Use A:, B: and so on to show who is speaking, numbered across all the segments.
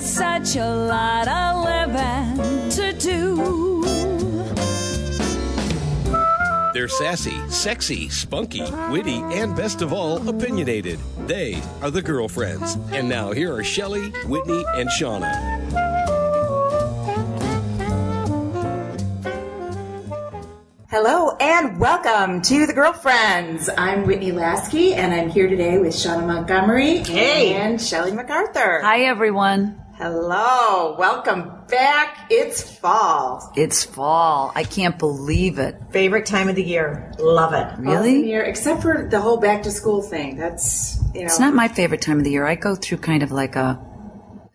A: such a lot of living to do.
B: They're sassy, sexy, spunky, witty, and best of all, opinionated. They are the girlfriends. And now here are Shelley, Whitney, and Shauna.
C: Hello and welcome to the Girlfriends. I'm Whitney Lasky, and I'm here today with Shauna Montgomery and Shelly MacArthur.
D: Hi, everyone.
C: Hello, welcome back. It's fall.
D: It's fall. I can't believe it.
E: Favorite time of the year. Love it.
C: Awesome
D: Really?
C: year, except for the whole back to school thing. That's you know.
D: It's not my favorite time of the year. I go through kind of like a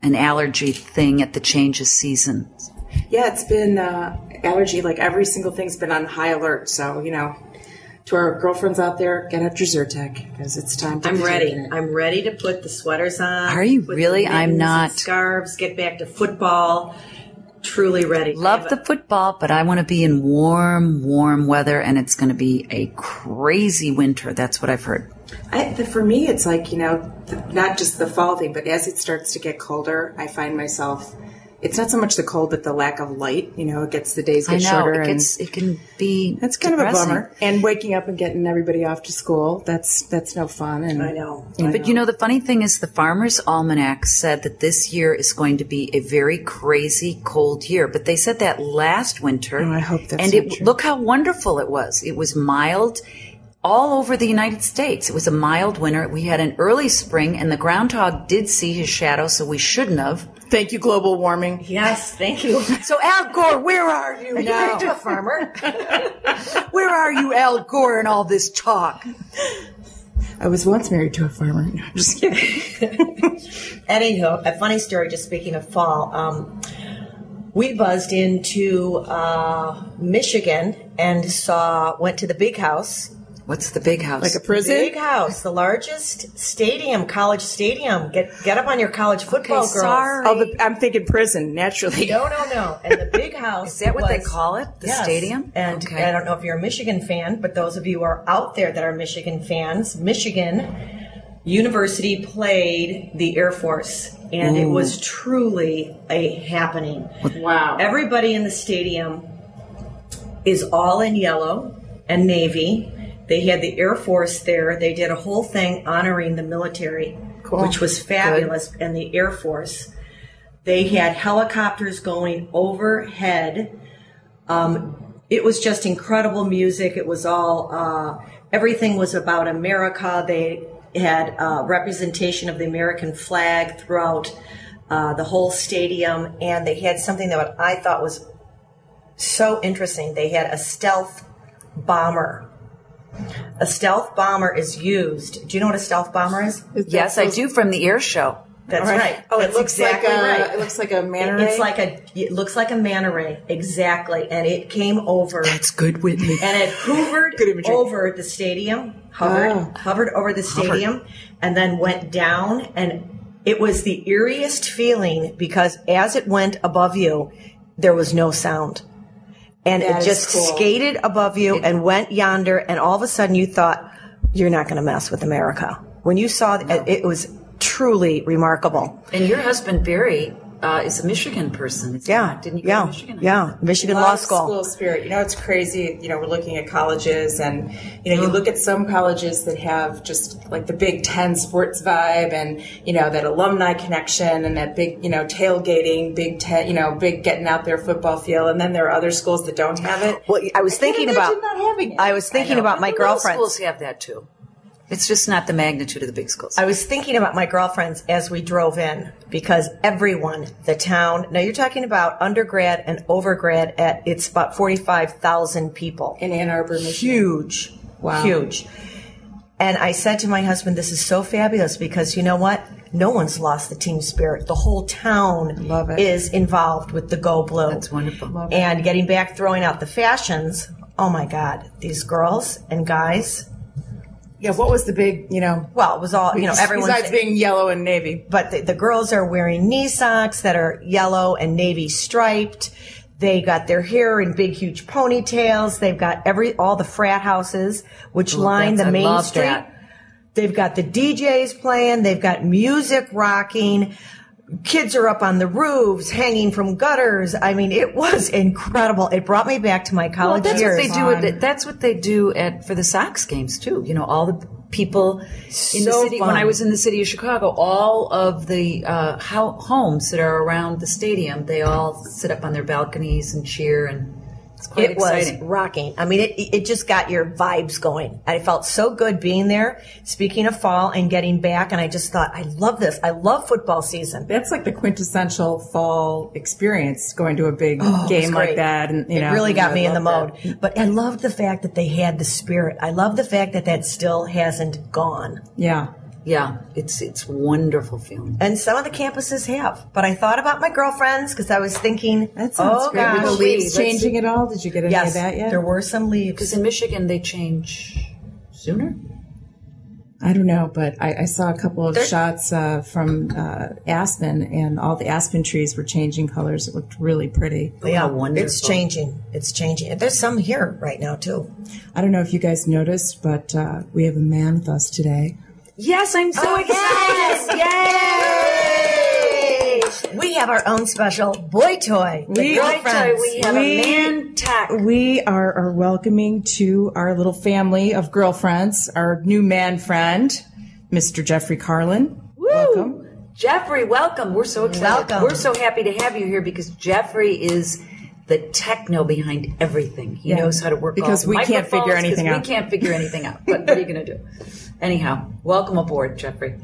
D: an allergy thing at the change of seasons.
C: yeah, it's been uh, allergy. Like every single thing's been on high alert. So you know, to our girlfriends out there, get out your Zyrtec because it's time. to
E: I'm
C: be
E: ready.
C: taking it.
E: I'm ready to put the sweaters on.
D: Are you
E: put the
D: really? I'm
E: mittens and
D: not.
E: Scarves. Get back to football. Truly ready. I
D: Love
E: have
D: the football, but I want to be in warm, warm weather, and it's going to be a crazy winter. That's what I've heard.
C: I, the, for me, it's like, you know, th- not just the fall thing, but as it starts to get colder, I find myself, it's not so much the cold, but the lack of light. You know, it gets, the days get
D: I know
C: shorter.
D: it
C: and
D: gets it can be.
C: that's kind
D: depressing.
C: of a bummer. And waking up and getting everybody off to school, that's that's no fun. And
E: I know.
D: But you know, the funny thing is, the Farmer's Almanac said that this year is going to be a very crazy cold year. But they said that last winter.
C: Oh, I hope that's not
D: And it
C: true.
D: look how wonderful it was. It was mild all over the United States. It was a mild winter. We had an early spring, and the groundhog did see his shadow, so we shouldn't have.
C: Thank you, global warming.
E: Yes, thank you.
D: So Al Gore, where are you now?
E: a farmer.
D: Where are you, Al Gore, in all this talk?
C: I was once married to a farmer. No, I'm just kidding.
E: Anywho, a funny story. Just speaking of fall, um, we buzzed into uh, Michigan and saw went to the big house
D: What's the big house?
C: Like a prison?
E: Big house, the largest stadium, college stadium. Get get up on your college football, girls.
D: sorry.
C: Oh, the, I'm thinking prison, naturally.
E: No, no, no. And the big house.
D: Is that what they
E: was-
D: call it? The
E: Yes.
D: stadium?
E: And
D: Okay.
E: I don't know if you're a Michigan fan, but those of you who are out there that are Michigan fans, Michigan University played the Air Force, and it was truly a happening.
C: Wow.
E: Everybody in the stadium is all in yellow and navy. They had the Air Force there. They did a whole thing honoring the military, which was fabulous, and the Air Force. They had helicopters going overhead. Um, it was just incredible music. It was all, uh, everything was about America. They had uh, representation of the American flag throughout uh, the whole stadium, and they had something that I thought was so interesting. They had a stealth bomber. A stealth bomber is used. Do you know what a stealth bomber is?
D: yes, I do from the air show.
E: That's right.
C: Oh, it
E: That's
C: looks
E: exactly
C: like a
E: right.
C: it looks like a manor.
E: It's like a it looks like a manta ray exactly, and it came over
D: It's good, Whitney.
E: and it hovered
C: Good imagery.
E: over the stadium, hovered
C: Ah.
E: hovered over the stadium, and then went down. And it was the eeriest feeling because as it went above you, there was no sound, and
C: That
E: it
C: is
E: just
C: cool.
E: skated above you and went yonder. And all of a sudden, you thought, "You're not going to mess with America." When you saw it, it was truly remarkable.
D: And your husband Barry uh, is a Michigan person. is he
E: Yeah,
D: not? didn't you go
E: yeah,
D: to Michigan?
E: yeah, Michigan
C: lot
E: Law
C: of
E: School.
C: school spirit. You know, it's crazy. You know, we're looking at colleges, and you know, you look at some colleges that have just like the Big Ten sports vibe, and you know that alumni connection, and that big, you know, tailgating, Big Ten, you know, big getting out there football feel. And then there are other schools that don't have it.
E: Well, I was
C: can't
E: thinking
C: imagine
E: about
C: not having it.
E: I was thinking about my
D: Well,
E: girlfriends.
D: Little schools have that too. It's just not the magnitude of the big schools.
E: I was thinking about my girlfriends as we drove in because everyone, the town. Now you're talking about undergrad and overgrad at it's about forty five thousand people.
C: in Ann Arbor, Michigan.
E: huge,
C: Wow.
E: huge. And I said to my husband, "This is so fabulous because you know what? No one's lost the team spirit. The whole town
C: Love it.
E: is involved with the Go Blue.
D: That's wonderful. Love it.
E: and getting back, throwing out the fashions. Oh my God, these girls and guys.
C: Yeah, what was the big, you know?
E: Well, it was all you know. Everyone's
C: besides being yellow and navy.
E: but the, the girls are wearing knee socks that are yellow and navy striped. They got their hair in big, huge ponytails. They've got every all the frat houses which line the
D: that's- I
E: main
D: love
E: street.
D: that.
E: They've got the DJs playing. They've got music rocking. kids are up on the roofs, hanging from gutters. I mean, it was incredible. It brought me back to my college
D: that's
E: years.
D: what they do. At, that's what they do at for the Sox games too. You know, all the people in the
E: So
D: city.
E: fun.
D: When I was in the city of Chicago, all of the uh, how, homes that are around the stadium, they all sit up on their balconies and cheer, and it's quite
E: it
D: exciting.
E: was rocking. I mean, it, it just got your vibes going. I felt so good being there. Speaking of fall and getting back, and I just thought, I love this. I love football season.
C: That's like the quintessential fall experience, going to a big
E: Oh, It was
C: game like
E: great.
C: that. And, you
E: it
C: know,
E: really got
C: I
E: me in the
C: love
E: mode. But I love the fact that they had the spirit. I love the fact that that still hasn't gone.
C: that. Yeah.
D: Yeah, it's it's wonderful feeling.
E: And some of the campuses have. But I thought about my girlfriends because I was thinking,
C: That sounds
E: oh
C: great.
E: gosh,
C: Were the
D: Let's
C: leaves
D: see.
C: changing at all? Did you get any
E: yes,
C: of that yet?
E: there were some leaves.
D: Because in Michigan they change sooner.
C: I don't know, but I, I saw a couple of shots uh, from uh, Aspen, and all the aspen trees were changing colors. It looked really pretty.
E: Yeah,
D: wonderful.
E: it's changing. It's changing. And There's some here right now too.
C: I don't know if you guys noticed, but uh, we have a man with us today.
D: Yes, I'm so excited.
E: We have our own special boy toy. The
C: We-
E: girlfriends.
D: We have
C: We-
D: a man tack.
C: We are, are welcoming to our little family of girlfriends our new man friend, Mr. Jeffrey Carlin. Welcome.
D: Jeffrey, welcome. We're so excited.
E: Welcome.
D: We're so happy to have you here because Jeffrey is the techno behind everything. He knows how to work all
C: Because
D: the
C: we can't
D: microphones,
C: figure anything
D: 'cause
C: out.
D: We can't figure anything out. But what are you going to do? Anyhow, welcome aboard, Jeffrey.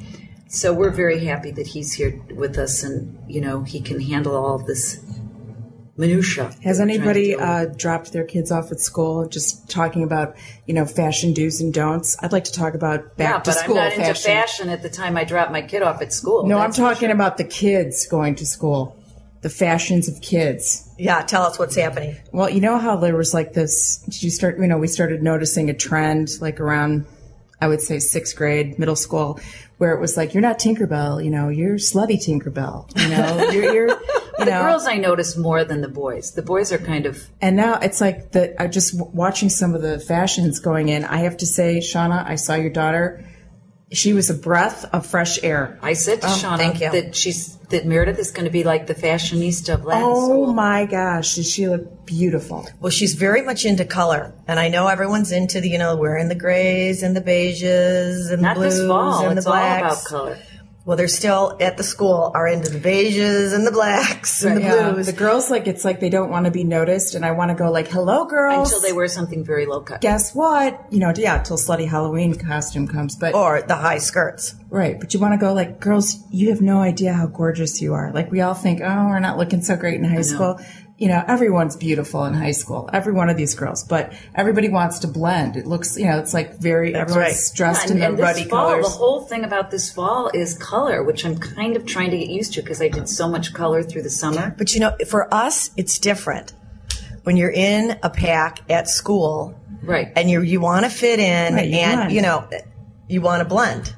D: So we're very happy that he's here with us, and you know he can handle all of this minutia.
C: Has
D: that we're trying to
C: anybody
D: deal with.
C: uh, dropped their kids off at school just talking about, you know, fashion do's and don'ts? I'd like to talk about back
D: yeah,
C: to
D: but
C: school
D: I'm not
C: fashion.
D: into fashion at the time I dropped my kid off at school.
C: No, I'm
D: That's-
C: talking about the kids going to school, the fashions of kids.
E: yeah, tell us what's happening.
C: Well, you know how there was like this. Did you start? You know, we started noticing a trend like around, I would say sixth grade, middle school, where it was like you're not Tinkerbell, you know, you're slutty Tinkerbell, you know, you're, you're you know.
D: girls I notice more than the boys. The boys are kind of
C: and now it's like the I just w- watching some of the fashions going in. I have to say, Shauna, I saw your daughter. She was a breath of fresh air.
D: I said to Shauna
E: Oh, thank you.
D: that she's that Meredith is going to be like the fashionista of Latin
C: Oh
D: school.
C: my gosh, did she look beautiful?
E: Well, she's very much into color, and I know everyone's into the you know wearing the grays and the beiges and
D: Not
E: the blues
D: this fall.
E: and
D: It's
E: the
D: all
E: blacks.
D: about color.
E: Well, they're still at the school are into the beiges and the blacks and the
C: Yeah,
E: blues.
C: the girls like it's like they don't want to be noticed, and I want to go like, "Hello, girls."
D: Until they wear something very low cut.
C: guess what? You know, yeah, till slutty Halloween costume comes, but
E: or the high skirts.
C: right. But you want to go like, girls, you have no idea how gorgeous you are. Like we all think, oh, we're not looking so great in high school. You know, everyone's beautiful in high school. Every one of these girls, but everybody wants to blend. It looks, you know, it's like very everyone's
E: right.
C: dressed in
D: And,
C: their
D: and
C: ruddy
D: this fall,
C: colors.
D: the whole thing about this fall is color, which I'm kind of trying to get used to because I did so much color through the summer.
E: But you know, for us, it's different. When you're in a pack at school,
D: Right.
E: and you you want to fit in,
C: Right, you
E: and
C: blend.
E: you know, you want to blend.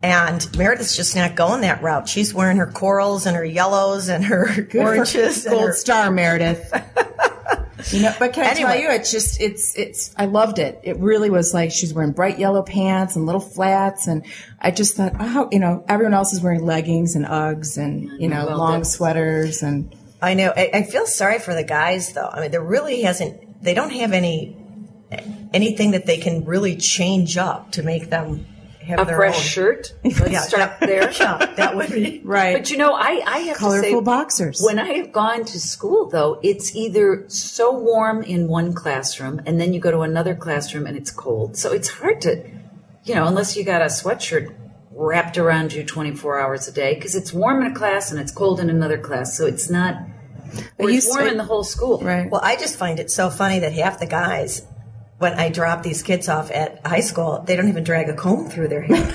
E: And Meredith's just not going that route. She's wearing her corals and her yellows and her oranges. and
C: gold
E: her-
C: star meredith you know but can i tell
E: Anyway.
C: you it's just it's it's i loved it it really was like she's wearing bright yellow pants and little flats and i just thought oh how- you know everyone else is wearing leggings and uggs and you know
D: well,
C: long
D: that's-
C: sweaters and
E: I know. I, I feel sorry for the guys, though. I mean, there really hasn't. They don't have any anything that they can really change up to make them have
D: A
E: their
D: fresh
E: own.
D: shirt. Let's
E: Yeah,
D: start
E: that-
D: there.
E: Yeah, that would be
C: right
D: But you know, I, I have to
C: colorful
D: say,
C: boxers
D: When I have gone to school, though, it's either so warm in one classroom, and then you go to another classroom and it's cold. So it's hard to, you know, unless you got a sweatshirt wrapped around you 24 hours a day, because it's warm in a class and it's cold in another class. So it's not, or
C: you
D: it's warm
C: say-
D: in the whole school.
C: right
E: Well, I just find it so funny that half the guys, when I drop these kids off at high school, they don't even drag a comb through their hair.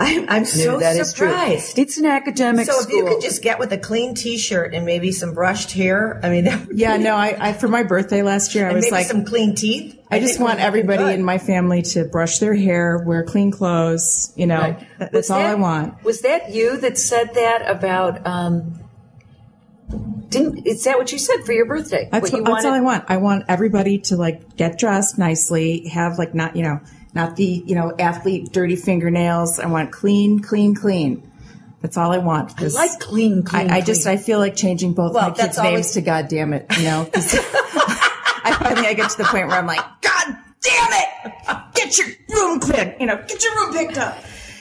E: I'm, I'm so
D: that is true.
E: surprised.
D: It's an academic
E: So if
D: school.
E: you could just get with a clean T-shirt and maybe some brushed hair, I mean, that would
C: yeah no I, I for my birthday last year i was
E: maybe
C: like
E: some clean teeth.
C: I just
E: think
C: want
E: we're
C: everybody
E: good.
C: in my family to brush their hair, wear clean clothes. You know,
D: Right.
C: that's all I
D: that-
C: want.
D: Was that you that said that about? Um, didn't is that what you said for your birthday?
C: That's,
D: what you
C: what- that's all I
D: wanted?
C: want. I want everybody to like get dressed nicely, have like not you know not the you know athlete dirty fingernails. I want clean, clean, clean. That's all I want.
D: I like clean, clean.
C: I, I just
D: clean.
C: I feel like changing both my
E: Well,
C: kids'
E: that's
C: names
E: always-
C: to God damn it, you know. 'cause I finally I get to the point where I'm like, God damn it, get your room picked, you know, get your room picked up.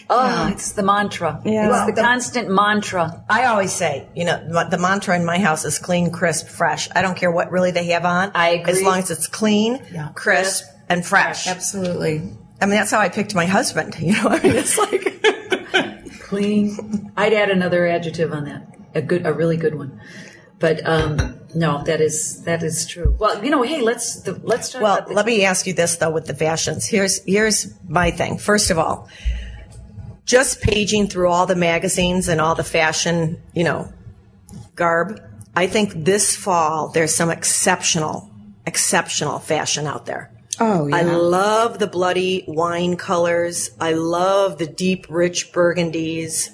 D: oh, it's the mantra.
C: Yeah.
D: It's
C: Well,
D: the,
E: the-
D: constant mantra.
E: I always say, you know, what the mantra in my house is clean, crisp, fresh. I don't care what really they have on.
D: I agree.
E: As long as it's clean,
C: Yeah.
E: crisp, and fresh.
C: Absolutely.
E: I mean, that's how I picked my husband. You know, I mean, it's like
D: Clean. I'd add another adjective on that. A good, a really good one. But um, no, that is that is true. Well, you know, hey, let's the, let's talk
E: Well,
D: about the,
E: let me ask you this though with the fashions. Here's here's my thing. First of all, just paging through all the magazines and all the fashion, you know, garb, I think this fall there's some exceptional exceptional fashion out there.
C: Oh
E: I love the bloody wine colors. I love the deep rich burgundies.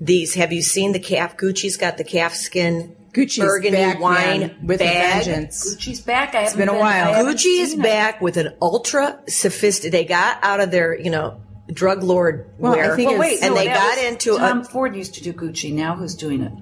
E: These have you seen the calf Gucci's got the calf skin
C: Gucci's
E: burgundy
C: back,
E: wine
C: man, with a
E: bag.
C: vengeance.
D: She's back. I it's
C: been a while.
E: Gucci is back with an ultra sophisticated. They got out of their, you know, drug lord
C: Well, I
E: wear.
C: think
D: Well, wait,
E: and
D: no,
E: they
D: that
E: got
D: was-
E: into
D: Tom
E: a.
D: Ford used to do Gucci. Now who's doing it?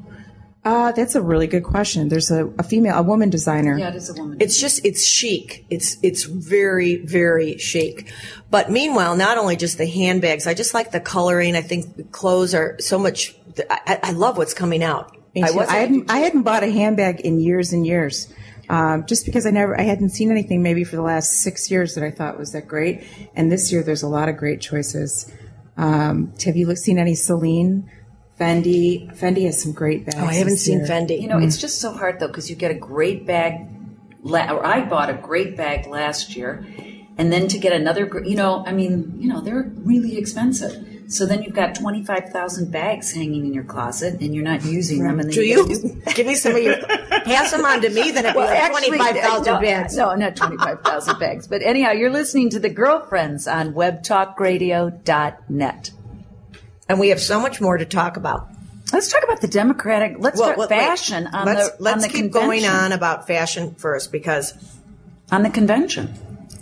C: Uh, that's a really good question. There's a, a female, a woman designer.
D: Yeah, it is a woman.
E: It's just it's chic. It's it's very very chic. But meanwhile, not only just the handbags. I just like the coloring. I think the clothes are so much. I, I- I love what's coming out.
C: Me
E: I
C: too.
E: wasn't-
C: I hadn't, I hadn't bought a handbag in years and years, um, just because I never, I hadn't seen anything maybe for the last six years that I thought was that great. And this year, there's a lot of great choices. Um, have you look- seen any Celine? Fendi, Fendi has some great bags.
E: Oh, I haven't
C: this
E: seen
C: year.
E: Fendi.
D: You know, it's just so hard though because you get a great bag, la- or I bought a great bag last year, and then to get another, gr- you know, I mean, you know, they're really expensive. So then you've got twenty five thousand bags hanging in your closet, and you're not using them. And then
E: Do
D: you? get
E: you give me some of your pass them on to me? Then it'd be like
D: Actually,
E: twenty five thousand
D: no,
E: bags.
D: No, not 25,000 bags. But anyhow, you're listening to The Girlfriends on webtalkradio.net.
E: And we have so much more to talk about.
D: Let's talk about the Democratic. Let's
E: Well,
D: talk
E: well, wait.
D: fashion on
E: let's,
D: the
E: let's
D: on the
E: keep
D: convention.
E: going on about fashion first because
D: on the convention.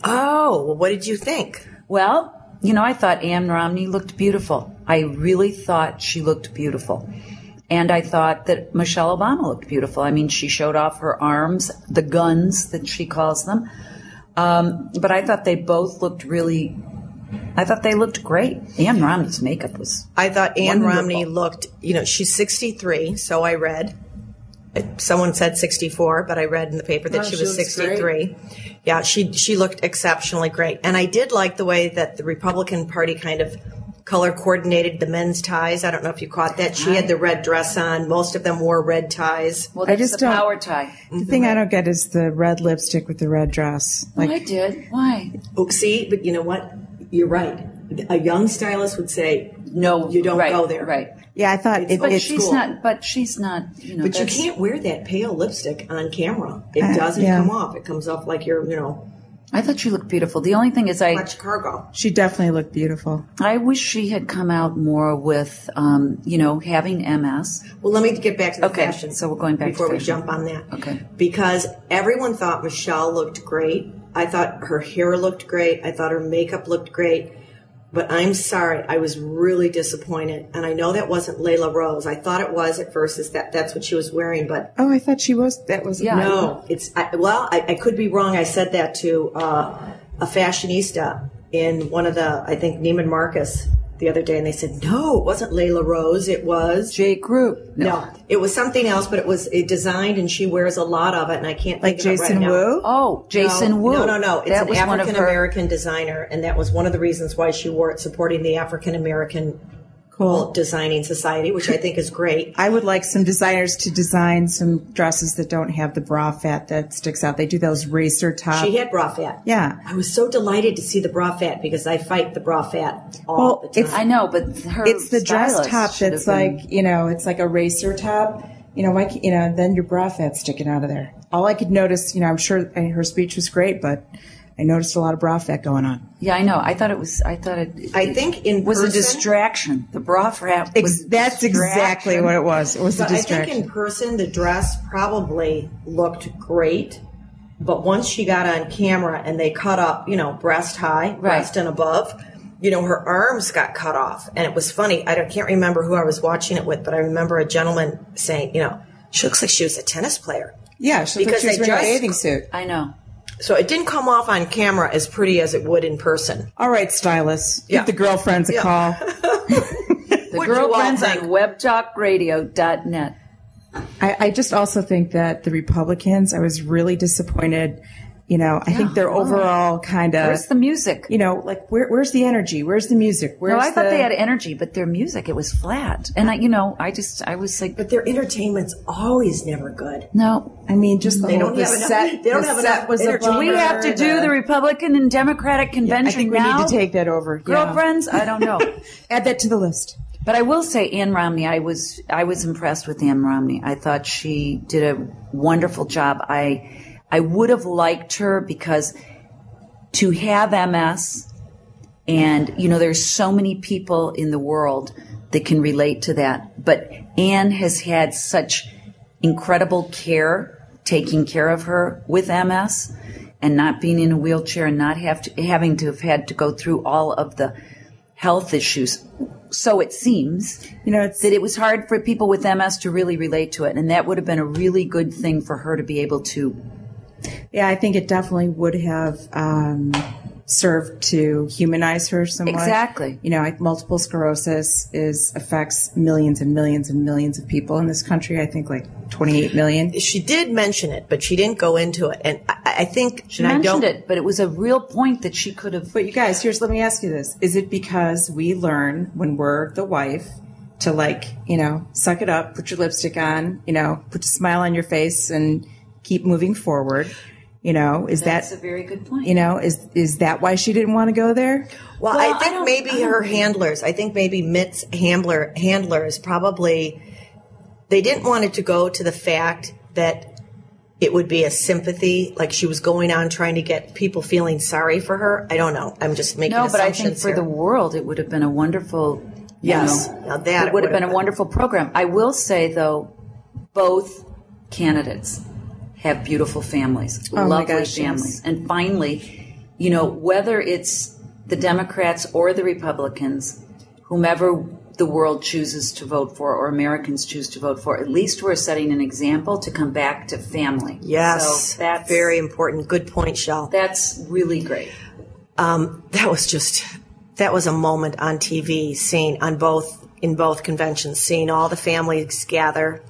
E: oh, well, what did you think?
D: Well, you know, I thought Ann Romney looked beautiful. I really thought she looked beautiful. And I thought that Michelle Obama looked beautiful. I mean, she showed off her arms, the guns that she calls them. Um, but I thought they both looked really, I thought they looked great. Ann Romney's makeup was
E: I thought Ann
D: Wonderful.
E: Romney looked, you know, she's 63, so I read. Someone said 64, but I read in the paper that
D: Oh,
C: Wow,
E: she
C: she
E: was
C: looks
E: 63. Yeah, she she looked exceptionally great. And I did like the way that the Republican Party kind of color coordinated the men's ties. I don't know if you caught that. She had the red dress on. Most of them wore red ties.
D: well. That's
C: just
D: the
C: don't-
D: power tie.
C: The thing I don't get is the red lipstick with the red dress. Like,
D: I did. Why?
E: Oh, see, but you know what? You're right. A young stylist would say,
D: No,
E: you don't
D: right,
E: go there.
D: Right.
C: yeah, I thought it,
D: But
C: it's
D: she's not. But she's not. You know.
E: But you
D: that's-
E: can't wear that pale lipstick on camera. It
C: Uh,
E: doesn't
C: yeah.
E: come off. It comes off like you're, you know,
D: I thought she looked beautiful. The only thing is, I
E: much cargo.
C: she definitely looked beautiful.
D: I wish she had come out more with, um, you know, having MS.
E: Well, let me get back to the
D: Okay,
E: fashion.
D: so we're going back to
E: before we
D: fashion.
E: jump on that.
D: Okay.
E: Because everyone thought Michelle looked great. I thought her hair looked great. I thought her makeup looked great. But I'm sorry, I was really disappointed, and I know that wasn't Layla Rose. I thought it was at first. Is that that's what she was wearing? But
C: Oh, I thought she was. That was
D: Yeah.
E: No, it's I, well, I, I could be wrong. I said that to uh, a fashionista in one of the, I think Neiman Marcus the other day, and they said no, it wasn't Layla Rose. It was
D: J. Group.
E: no, it was something else, but it was it designed, and she wears a lot of it, and I can't
C: like
E: think of it
C: Jason
E: right now.
C: Wu.
D: Oh, Jason
E: no,
D: Wu.
E: No, no, no. It's
D: that
E: an
D: was one of
E: African
D: her.
E: American designer, and that was one of the reasons why she wore it, supporting the African American
C: cool.
E: Designing Society, which I think is great.
C: I would like some designers to design some dresses that don't have the bra fat that sticks out. They do those racer top.
E: She had bra fat.
C: yeah.
E: I was so delighted to see the bra fat because I fight the bra fat all
C: Well,
E: the time.
C: it's
D: I know, but her.
C: it's the dress
D: stylist
C: top
D: should
C: that's
D: have been-
C: like you know it's like a racer top. You know, like you know, then your bra fat's sticking out of there. All I could notice, you know, I'm sure and her speech was great, but I noticed a lot of bra fat going on.
D: Yeah, I know. I thought it was. I thought it. it
E: I think in
D: was a
E: person-
D: distraction. The bra wrap.
C: Ex- that's exactly what it was. It was a
E: But I think
C: distraction.
E: in person the dress probably looked great, but once she got on camera and they cut up, you know, breast high, breast and above, you know, her arms got cut off. And it was funny. I don't, can't remember who I was watching it with, but I remember a gentleman saying, you know, she looks like she was a tennis player.
C: Yeah, she looks like
E: Because
C: she was
E: they
C: wearing a
E: just-
C: bathing suit.
D: I know.
E: So it didn't come off on camera as pretty as it would in person.
C: All right, stylist,
E: Yeah.
C: give the girlfriends a
E: Yeah.
C: call.
D: The
E: What do you all
D: girlfriends on
E: think?
D: webtalkradio.net.
C: I, I just also think that the Republicans, I was really disappointed. You know, I think their overall kind of,
D: oh Where's the music?
C: Uh, you know, like where, where's the energy? Where's the music? Where's
D: No, I thought
C: the-
D: they had energy, but their music it was flat. And I, you know, I just I was like,
E: But their entertainment's always never good.
D: no,
C: I mean, just the
E: They
C: whole
E: don't
C: the
E: have enough-
C: set.
E: they don't
C: the
E: have
C: set
E: enough
C: was a
E: energy.
C: bummer.
D: we have to do the Republican and Democratic convention
C: I think we
D: now.
C: need to take that over. Yeah.
D: girlfriends. I don't know.
C: Add that to the list.
D: But I will say, Ann Romney, I was I was impressed with Ann Romney. I thought she did a wonderful job. I I would have liked her because to have MS, and you know, there's so many people in the world that can relate to that. But Ann has had such incredible care, taking care of her with MS, and not being in a wheelchair, and not have to, having to have had to go through all of the health issues. So it seems
C: You know, it's
D: that it was hard for people with MS to really relate to it, and that would have been a really good thing for her to be able to.
C: yeah. I think it definitely would have um, served to humanize her somewhat.
D: Exactly.
C: You know, I- multiple sclerosis is affects millions and millions and millions of people in this country. I think like 28 million.
E: She did mention it, but she didn't go into it. And I, I think she I
D: mentioned
E: don't,
D: it, but it was a real point that she could have.
C: But you guys, here's let me ask you this: Is it because we learn when we're the wife to like, you know, suck it up, put your lipstick on, you know, put a smile on your face, and keep moving forward? You know, is
D: That's
C: that
D: a very good point.
C: you know is is that why she didn't want to go there?
E: Well,
D: Well,
E: I
D: I
E: think
D: don't-
E: maybe
D: I don't
E: her
D: think-
E: handlers. I think maybe Mitt's handler handlers probably they didn't want it to go to the fact that it would be a sympathy, like she was going on trying to get people feeling sorry for her. I don't know. I'm just making
D: no, but I think
E: assumptions
D: for
E: here.
D: the world, it would have been a wonderful. you
E: Yes.
D: know,
E: Now that
D: it would have been a
E: would've-
D: wonderful program. I will say though, both candidates have beautiful families,
E: Oh
C: my
D: lovely
C: gosh, yes.
D: families, and finally, you know, whether it's the Democrats or the Republicans, whomever the world chooses to vote for or Americans choose to vote for, at least we're setting an example to come back to family.
E: yes,
D: so that's
E: very important. Good point, Shell.
D: That's really great.
E: that was just that was a moment on TV seeing on both in both conventions seeing all the families gather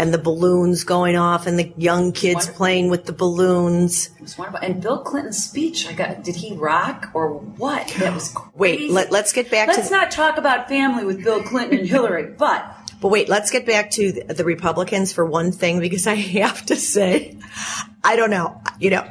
E: and the balloons going off and the young kids
D: Wonderful.
E: playing with the balloons.
D: It was wonderful. And Bill Clinton's speech, I got. Did he rock or what? That was crazy.
E: Wait, let, let's get back
D: Let's
E: to
D: not talk about family with Bill Clinton and Hillary, but
E: but wait, let's get back to the, the Republicans for one thing because I have to say I don't know, you know,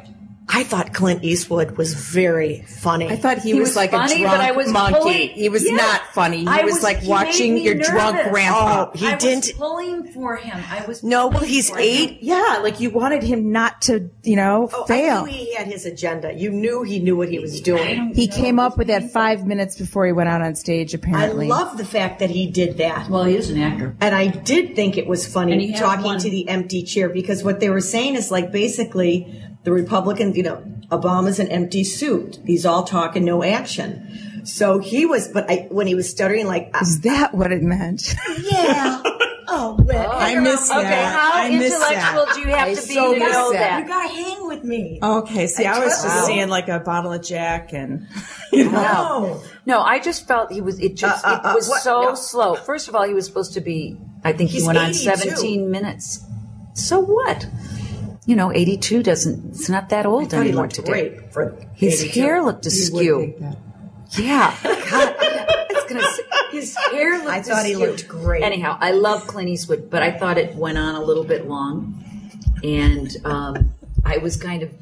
E: I thought Clint Eastwood was very funny.
C: I thought he,
D: He
C: was,
D: was
C: like
D: funny,
C: a drunk
D: but I was
C: monkey.
D: pulling-
C: he was
D: Yeah.
C: not funny. He
D: I
C: was,
D: was-
C: like
D: he made
C: watching
D: me
C: your drunk
D: nervous.
C: grandpa.
E: Oh, he
D: I was
E: didn't
D: pulling for him. I was
E: No, well
D: pulling
E: he's
D: for him.
E: 8
C: Yeah, like you wanted him not to, you know,
E: Oh, I
C: fail.
E: knew he had his agenda. You knew he knew what he was
D: I
E: doing.
D: don't
C: He
D: know.
C: came up with that five minutes before he went out on stage.
E: I
C: Apparently,
E: love the fact that he did that.
D: Well, he is an actor.
E: And I did think it was
D: And he
E: funny
D: had
E: talking
D: one.
E: to the empty chair because what they were saying is like basically the Republicans, you know, Obama's an empty suit. He's all talk and no action. So he was, but I, when he was stuttering, like, uh,
C: Is that what it meant?
E: yeah. Oh, well,
C: I miss
D: Okay,
C: that.
D: how
C: I miss
D: intellectual
C: that.
D: do you have
C: I
D: to be
C: so
D: to
C: miss
D: know
C: that.
D: that?
E: You gotta hang with me.
D: Oh,
C: Okay, see, I, was just
E: Wow.
C: seeing like a bottle of Jack and, you know.
E: Wow.
D: No, I just felt he was. It just
E: Oh. Uh, uh, uh,
D: it was
E: what?
D: so
E: No.
D: slow. First of all, he was supposed to be. I think he
E: He's
D: went on
E: 82.
D: seventeen minutes. So what? You know, eighty-two doesn't. It's not that old
E: Thought he
D: anymore
E: looked
D: today.
E: great for
D: His
E: 82.
D: hair looked askew. Yeah, God, it's gonna. s- His hair looked.
E: I thought he
D: askew.
E: looked great.
D: Anyhow, I love Clint Eastwood, but I thought it went on a little bit long, and um, I was kind of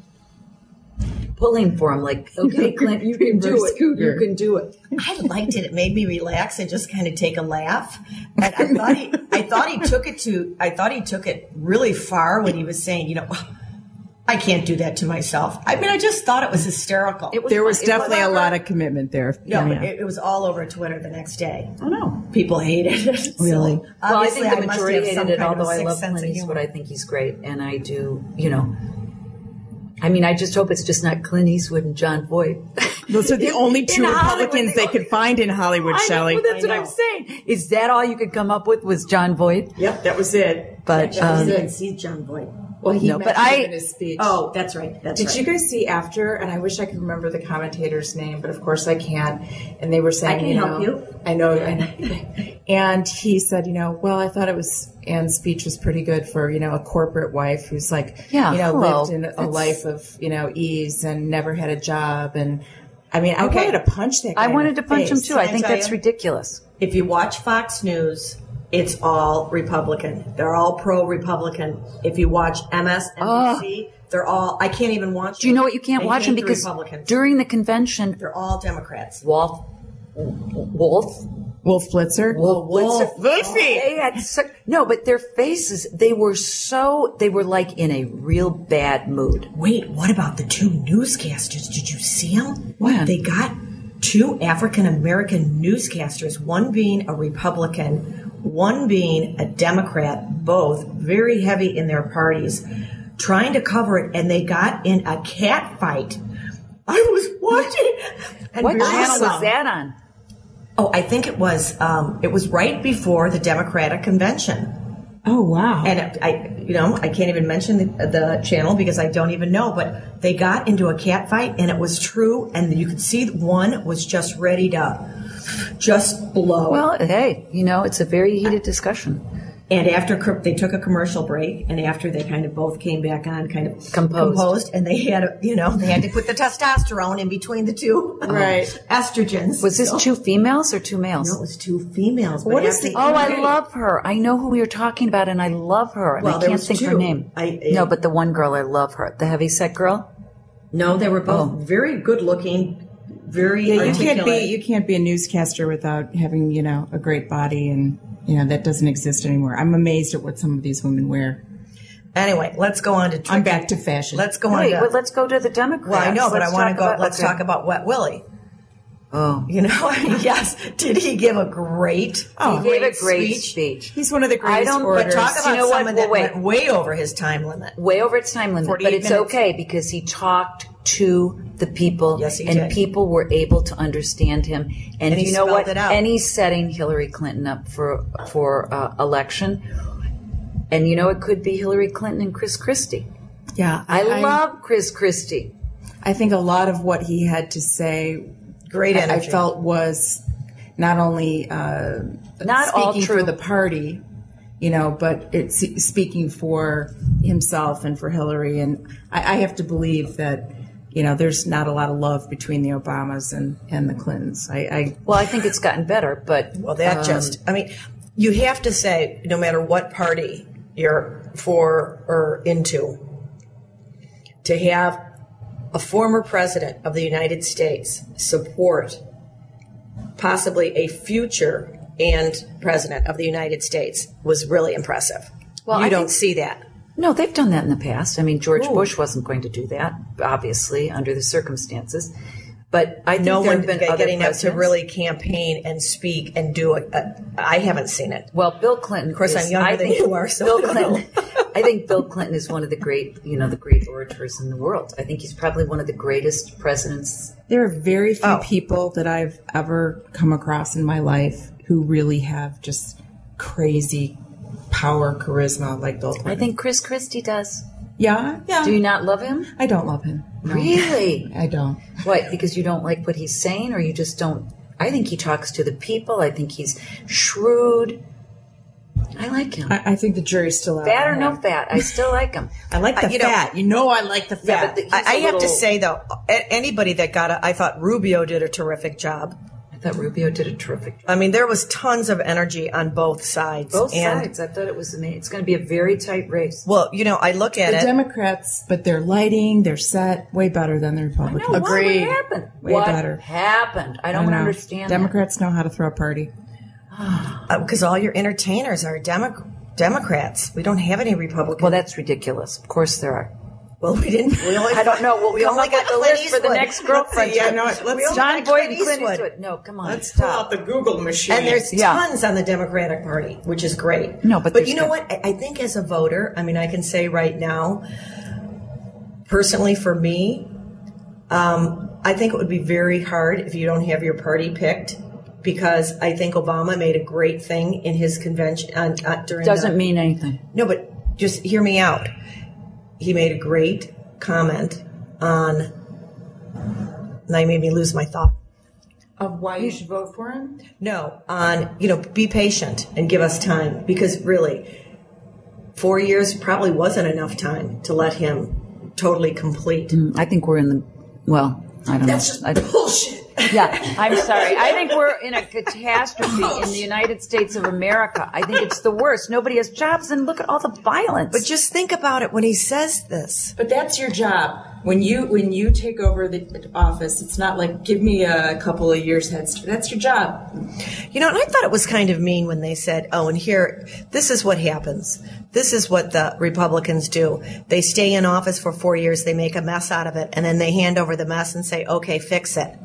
D: pulling for him, like, okay, Clint, you can do
C: Reverse
D: it.
C: cougar.
D: You can do it.
E: I liked it. It made me relax and just kind of take a laugh. And I thought he, I thought he took it to, I thought he took it really far when he was saying, you know, I can't do that to myself. I mean, I just thought it was hysterical.
D: It was
C: There was
D: fun. It
C: definitely a
D: clever.
C: lot of commitment there.
E: no,
C: Yeah.
E: but it, it was all over Twitter the next day.
D: I know.
E: People hated it.
C: Really?
E: So,
D: Well, I
E: obviously,
D: think the
E: must
D: majority
E: have some
D: hated it,
E: kind of
D: although I
E: sixth
D: love
E: sense
D: Clint
E: of humor.
D: Eastwood. I think he's great, and I do, you know, I mean, I just hope it's just not Clint Eastwood and John Voight.
C: Those are the only two
D: in Hollywood,
C: Republicans they could find in Hollywood,
D: I know,
C: Shelley.
D: well, that's
E: I
D: what I'm
E: know.
D: saying. Is that all you could come up with was John Voight?
F: Yep, that was it.
D: But um,
E: didn't see John Boyd.
F: Well, he
D: No, but
F: mentioned
D: I-
F: him in his speech.
E: Oh, that's right. That's
F: Did
E: right.
F: you guys see after? And I wish I could remember the commentator's name, but of course I can't. And they were saying,
E: I can
F: you know,
E: help you.
F: I know. And, and he said, you know, well, I thought it was Anne's speech was pretty good for you know a corporate wife who's like,
D: Yeah,
F: you know,
D: hello.
F: lived in a
D: That's-
F: life of you know ease and never had a job. And I mean, I wanted to punch that. Guy
D: I
F: in
D: wanted
F: the
D: to punch him
F: face.
D: too. I
E: Can I
D: think
E: tell
D: that's
E: you?
D: ridiculous.
E: if you watch Fox News, it's all Republican. They're all pro Republican. If you watch MSNBC, they're all. I can't even watch.
D: Ah. Do you know what? You can't
E: I
D: watch him
E: hate the
D: because
E: Republicans.
D: during the convention,
E: they're all Democrats.
D: Wolf, Wolf,
C: Wolf Blitzer.
D: Wolf, Wolf,
C: Wolfie.
D: They had so- no, but their faces, they were so, they were like in a real bad mood.
E: Wait, what about the two newscasters? Did you see them?
D: When?
E: They got two African American newscasters, one being a Republican, one being a Democrat, both very heavy in their parties, trying to cover it, and they got in a cat fight. I was watching. And
D: What
E: very
D: channel was
E: awesome.
D: that on?
E: Oh, I think it was. Um, it was right before the Democratic convention.
C: Oh wow.
E: And it- I, you know, I can't even mention the, the channel because I don't even know. But they got into a cat fight, and it was true. And you could see that one was just ready to just blow.
D: Well, hey, you know, it's a very heated discussion.
E: and after cr- they took a commercial break, and after they kind of both came back on, kind of
D: Composed.
E: and they had, a, you know, they had to put the testosterone in between the two
F: Right.
E: estrogens.
D: Was this
E: So-
D: two females or two males?
E: No, it was two females. but
F: What is
E: after-
F: the-
D: Oh, I love her. I know who we were talking about, and I love her. And
E: Well,
D: I
E: there
D: can't
E: was
D: think of her
E: two.
D: name.
E: I- I-
D: no, but the one girl, I love her. The heavy set girl.
E: No, they were both very good looking, very
C: you can't be
E: articulate.
C: you can't be a newscaster without having you know a great body, and you know that doesn't exist anymore. I'm amazed at what some of these women wear.
E: Anyway, let's go on to.
C: I'm
E: tricky-
C: back to fashion.
E: Let's go on.
D: Wait,
E: to,
D: well, let's go to the Democrats.
E: well, I know, but I
D: Let's
E: want to
D: talk
E: go.
D: about-
E: let's
D: okay.
E: talk about Wet Willie.
D: Oh,
E: You know, yes. Did he give a great?
C: Oh,
D: he gave a
E: great
D: great
E: speech.
D: speech.
C: He's one of the
D: I
C: greatest
D: don't- but
E: But
C: orators.
E: talk
D: You
E: about
D: know what?
E: someone that
D: Well, wait.
E: went way over his time limit.
D: way over its time limit,
C: 48
D: but it's
C: minutes.
D: okay because he talked to the people
E: Yes, he
D: and
E: did.
D: people were able to understand him and,
E: he
D: you know
E: spelled
D: what
E: it out.
D: and he's setting Hillary Clinton up for for uh, election and you know it could be Hillary Clinton and Chris Christie
C: yeah,
D: I love Chris Christie
C: I think a lot of what he had to say,
E: Great
C: I-
E: energy.
C: I felt was not only uh,
D: not all
C: speaking
D: true
C: for the party, you know, but it's speaking for himself and for Hillary. And I, I have to believe that, you know, there's not a lot of love between the Obamas and, and the Clintons. I, I
D: well I think it's gotten better but
E: Well, that just, I mean, you have to say, no matter what party you're for or into, to have a former president of the United States support possibly a future and president of the United States was really impressive. Well, you
D: I
E: don't
D: think-
E: see that.
D: No, they've done that in the past. I mean, George Bush wasn't going to do that, obviously, under the circumstances. But I think
E: No
D: there
E: one
D: have been
E: get-
D: other
E: getting up to
D: presidents.
E: really campaign and speak and do it. Uh, I haven't seen it.
D: Well, Bill Clinton. Of
E: course, I'm younger
D: I
E: than
D: think
E: you are, so I
D: Bill
E: don't know.
D: Clinton. I think Bill Clinton is one of the great, you know, the great orators in the world. I think he's probably one of the greatest presidents.
C: there are very few people that I've ever come across in my life who really have just crazy power, charisma like Bill
D: I
C: Clinton.
D: think Chris Christie does.
C: yeah, yeah.
D: Do you not love him?
C: I don't love him. No,
D: Really?
C: I don't.
D: What? Because you don't like what he's saying, or you just don't? I think he talks to the people. I think he's shrewd. I like him.
C: I, I think the jury's still out.
D: fat
C: on
D: or no
C: that.
D: fat, I still like him.
E: I like the
C: You know,
E: fat.
C: you know I like the
D: Yeah,
C: fat.
D: but the-
E: I, I
D: He's a
E: have to
D: little-
E: say though, a- anybody that got it, I thought Rubio did a terrific job.
D: I thought Rubio did a terrific job.
E: I mean, there was tons of energy on both sides.
D: Both
E: and,
D: sides. I thought it was amazing. It's going to be a very tight race.
E: Well, you know, I look at
C: the
E: it.
C: Democrats, but their lighting, their set, way better than the Republicans.
D: No, What happened?
C: Way
D: what
C: better.
D: happened? I
C: I
D: don't
C: know.
D: understand.
C: Democrats know how to throw a party.
E: because uh, all your entertainers are Demo- Democrats. We don't have any Republicans.
D: That. Well, that's ridiculous. Of course there are.
E: Well, we didn't. We only,
D: I don't know. We'll
E: we
D: come
E: only
D: up
E: got
D: with the
E: Clint
D: list for the
E: Eastwood.
D: next girlfriend.
E: Let's see, yeah, no, let's- we only
D: John
E: got
D: Boyd
E: Clint
D: and Clint
E: Eastwood.
D: Eastwood. No, come on.
C: Let's
D: stop.
C: the Google machine.
E: And there's
D: Yeah.
E: tons on the Democratic Party, which is great.
D: No, but
E: but
D: there's
E: you know
D: good-
E: what? I, I think as a voter, I mean, I can say right now, personally for me, um, I think it would be very hard if you don't have your party picked because I think Obama made a great thing in his convention uh, uh, during the-
D: Doesn't mean anything.
E: no, but just hear me out. He made a great comment on. Now you made me lose my thought.
G: Of why you should vote for him?
E: No, on, you know, be patient and give us time because really, four years probably wasn't enough time to let him totally complete.
D: I think we're in the well. I don't
G: That's
D: know. I-
G: just bullshit.
D: yeah, I'm sorry. I think we're in a catastrophe in the United States of America. I think it's the worst. Nobody has jobs, and look at all the violence.
E: But just think about it when he says this.
C: But that's your job. When you when you take over the office, it's not like give me a couple of years head start. That's your job.
E: You know, and I thought it was kind of mean when they said, oh, and here, this is what happens. This is what the Republicans do. They stay in office for four years, they make a mess out of it, and then they hand over the mess and say, okay, fix it.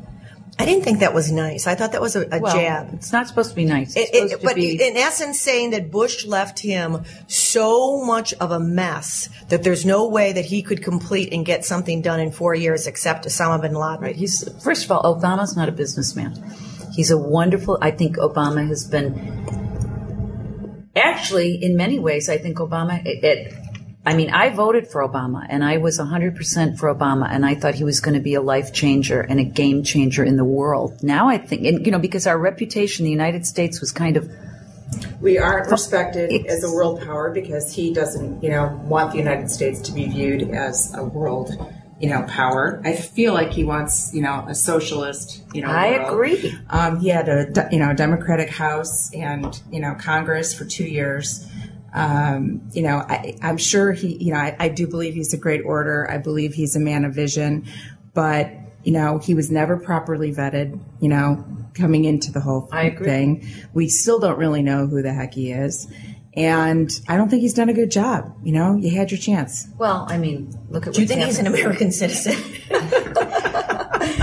E: I didn't think that was nice. I thought that was a, a
D: Well,
E: jab.
D: It's not supposed to be nice. It's
E: It- it-
D: supposed to
E: but
D: be.
E: in essence, saying that Bush left him so much of a mess that there's no way that he could complete and get something done in four years except Osama bin Laden.
D: Right. He's first of all, Obama's not a businessman. He's a wonderful. I think Obama has been actually, in many ways, I think Obama. It, it- I mean, I voted for Obama, and I was 100% for Obama, and I thought he was going to be a life changer and a game changer in the world. Now I think, and, you know, because our reputation in the United States was kind of
C: We aren't respected as a world power because he doesn't, you know, want the United States to be viewed as a world, you know, power. I feel like he wants, you know, a socialist, you know.
D: I
C: world.
D: agree.
C: Um, he had a de- you know Democratic House and you know Congress for two years. Um, you know, I, I'm sure he. You know, I, I do believe he's a great orator. I believe he's a man of vision, but you know, he was never properly vetted. You know, coming into the whole thing, we still don't really know who the heck he is, and I don't think he's done a good job. You know, you had your chance.
D: Well, I mean, look at
E: Do you think he's an American citizen?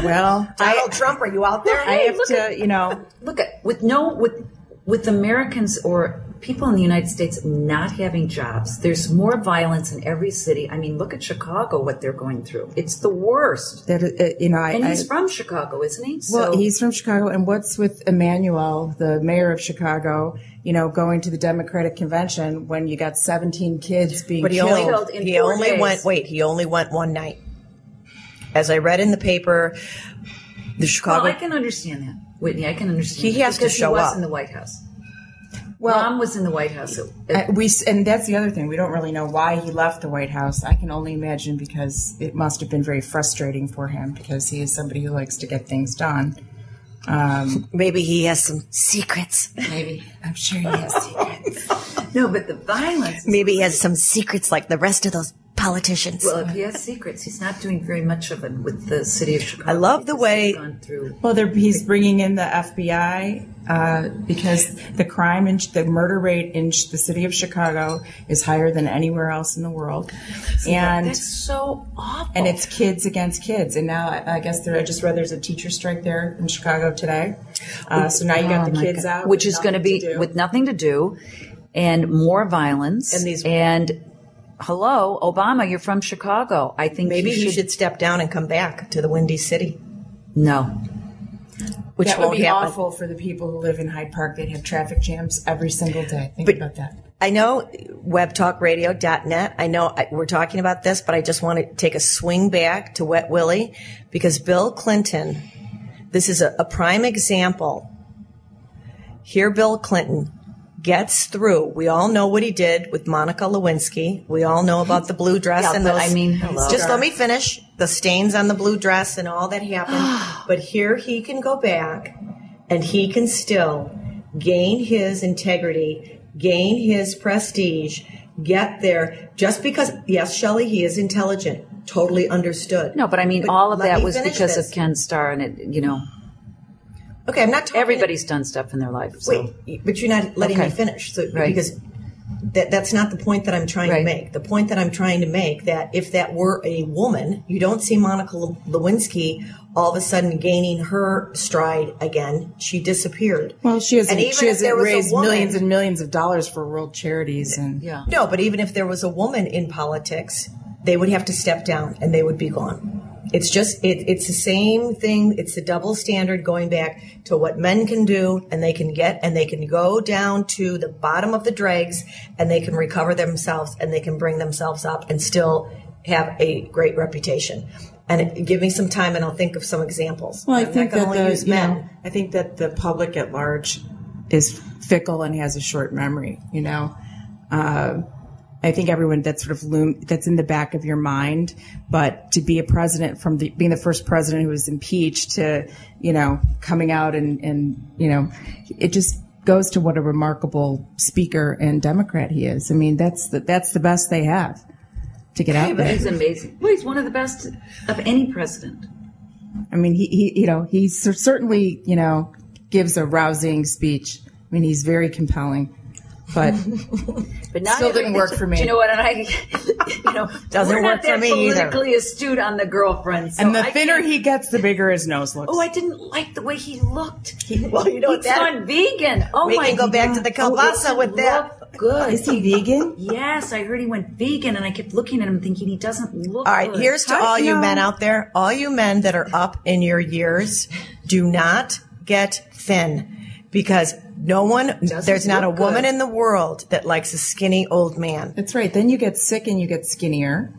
C: Well,
E: Donald Trump, are you out there?
C: I have to. You know,
D: look at with no with with Americans or people in the United States not having jobs, there's more violence in every city. I mean, look at Chicago, what they're going through. It's the worst.
C: that uh, you know, I.
D: And
C: I-
D: he's from Chicago, isn't he?
C: Well,
D: So-
C: he's from Chicago, and what's with Emmanuel, the mayor of Chicago? You know, going to the Democratic convention when you got 17 kids being
E: But he
C: killed.
E: only
D: Killed in
E: he
D: four
E: only
D: days.
E: went. Wait, he only went one night. As I read in the paper, the Chicago.
D: well, oh, I can understand that, Whitney. I can understand.
E: He
D: that
E: has to
D: because
E: show
D: he was
E: up.
D: in the White House.
C: Well-
D: Mom was in the White House. It-
C: Uh, we s- and that's the other thing. We don't really know why he left the White House. I can only imagine because it must have been very frustrating for him because he is somebody who likes to get things done.
E: maybe he has some secrets.
C: Maybe I'm sure he has secrets.
D: no, but the violence. is-
E: Maybe he has some secrets like the rest of those politicians.
D: Well, if he has secrets, he's not doing very much of it with the city of Chicago.
E: I love the
D: because
E: way-
D: they've gone through.
C: Well, they're, he's bringing in the FBI uh, because the crime and the murder rate in sh- the city of Chicago is higher than anywhere else in the world, and.
D: That's so awful.
C: and it's kids against kids. And now I I guess there, I just read there's a teacher strike there in Chicago today. Uh, so now you got
D: Oh,
C: the
D: my
C: kids
D: God.
C: out,
D: which
C: with
D: is going to
C: nothing
D: be
C: do.
D: with nothing to do, and more violence.
E: And these-
D: and hello, Obama, you're from Chicago. I think
E: maybe
D: you
E: he
D: should,
E: should step down and come back to the Windy City.
D: no. Which
C: that
D: won't
C: would be
D: happen.
C: awful for the people who live in Hyde Park. They'd have traffic jams every single day. Think
E: But-
C: about that.
E: I know webtalkradio.net. I know I- we're talking about this, but I just want to take a swing back to Wet Willie because Bill Clinton, this is a, a prime example. Here, Bill Clinton gets through. We all know what he did with Monica Lewinsky. We all know about the blue dress
D: Yeah,
E: and
D: but
E: those.
D: I mean, hello.
E: just let me finish the stains on the blue dress and all that happened. but here he can go back and he can still gain his integrity, gain his prestige, get there just because, yes, Shelley, he is intelligent, totally understood.
D: No, but I mean, all of
E: let
D: that
E: me
D: was
E: finish
D: because
E: this.
D: of Ken Starr, and it, you know,
E: Okay, I'm not talking.
D: everybody's done stuff in their life. So.
E: Wait, but you're not letting
D: Okay.
E: me finish. So,
D: Right.
E: Because that, that's not the point that I'm trying to
D: Right.
E: make. The point that I'm trying to make that if that were a woman, you don't see Monica Lewinsky all of a sudden gaining her stride again. She disappeared.
C: Well, she hasn't,
E: And even
C: she
E: if there
C: hasn't
E: was a
C: raised
E: woman-
C: millions and millions of dollars for world charities. And
D: Yeah.
E: No, but even if there was a woman in politics, they would have to step down and they would be gone. It's just it, it's the same thing. It's the double standard going back to what men can do and they can get and they can go down to the bottom of the dregs and they can recover themselves and they can bring themselves up and still have a great reputation. And it- give me some time and I'll think of some examples.
C: Well, I
E: I'm
C: think
E: not
C: that
E: going to
C: the
E: use
C: you
E: men.
C: know, I think that the public at large is fickle and has a short memory. You know, uh, I think everyone that's sort of loom that's in the back of your mind. But to be a president from the, being the first president who was impeached to you know coming out and and you know it just goes to what a remarkable speaker and Democrat he is. I mean, that's the, that's the best they have to get out
D: But
C: there.
D: he's amazing. Well, he's one of the best of any president.
C: I mean, he, he you know, he cer- certainly, you know, gives a rousing speech. I mean, he's very compelling, but
D: But not
C: Still didn't
D: every-
C: work for me.
D: Do you know what? And I, you know,
C: Doesn't
D: we're not
C: work for
D: that
C: me either.
D: Politically astute on the girlfriend. So
E: Oh,
C: and the
D: I
C: thinner
D: can't-
C: he gets, the bigger his nose looks.
D: Oh, I didn't like the way he looked. He,
E: well, you know
D: has
E: that-
D: gone vegan. Oh
E: We
D: my!
E: can go back to the
D: God. Oh, it
E: kielbasa with that.
D: looked Good.
C: is he vegan?
D: Yes, I heard he went vegan, and I kept looking at him thinking he doesn't look.
E: All right,
D: good.
E: here's to
C: I
E: all you
C: know.
E: men out there, all you men that are up in your years, do not get thin because no one, there's not a
D: look
E: woman
D: good.
E: in the world that likes a skinny old man.
C: That's right. Then you get sick and you get skinnier.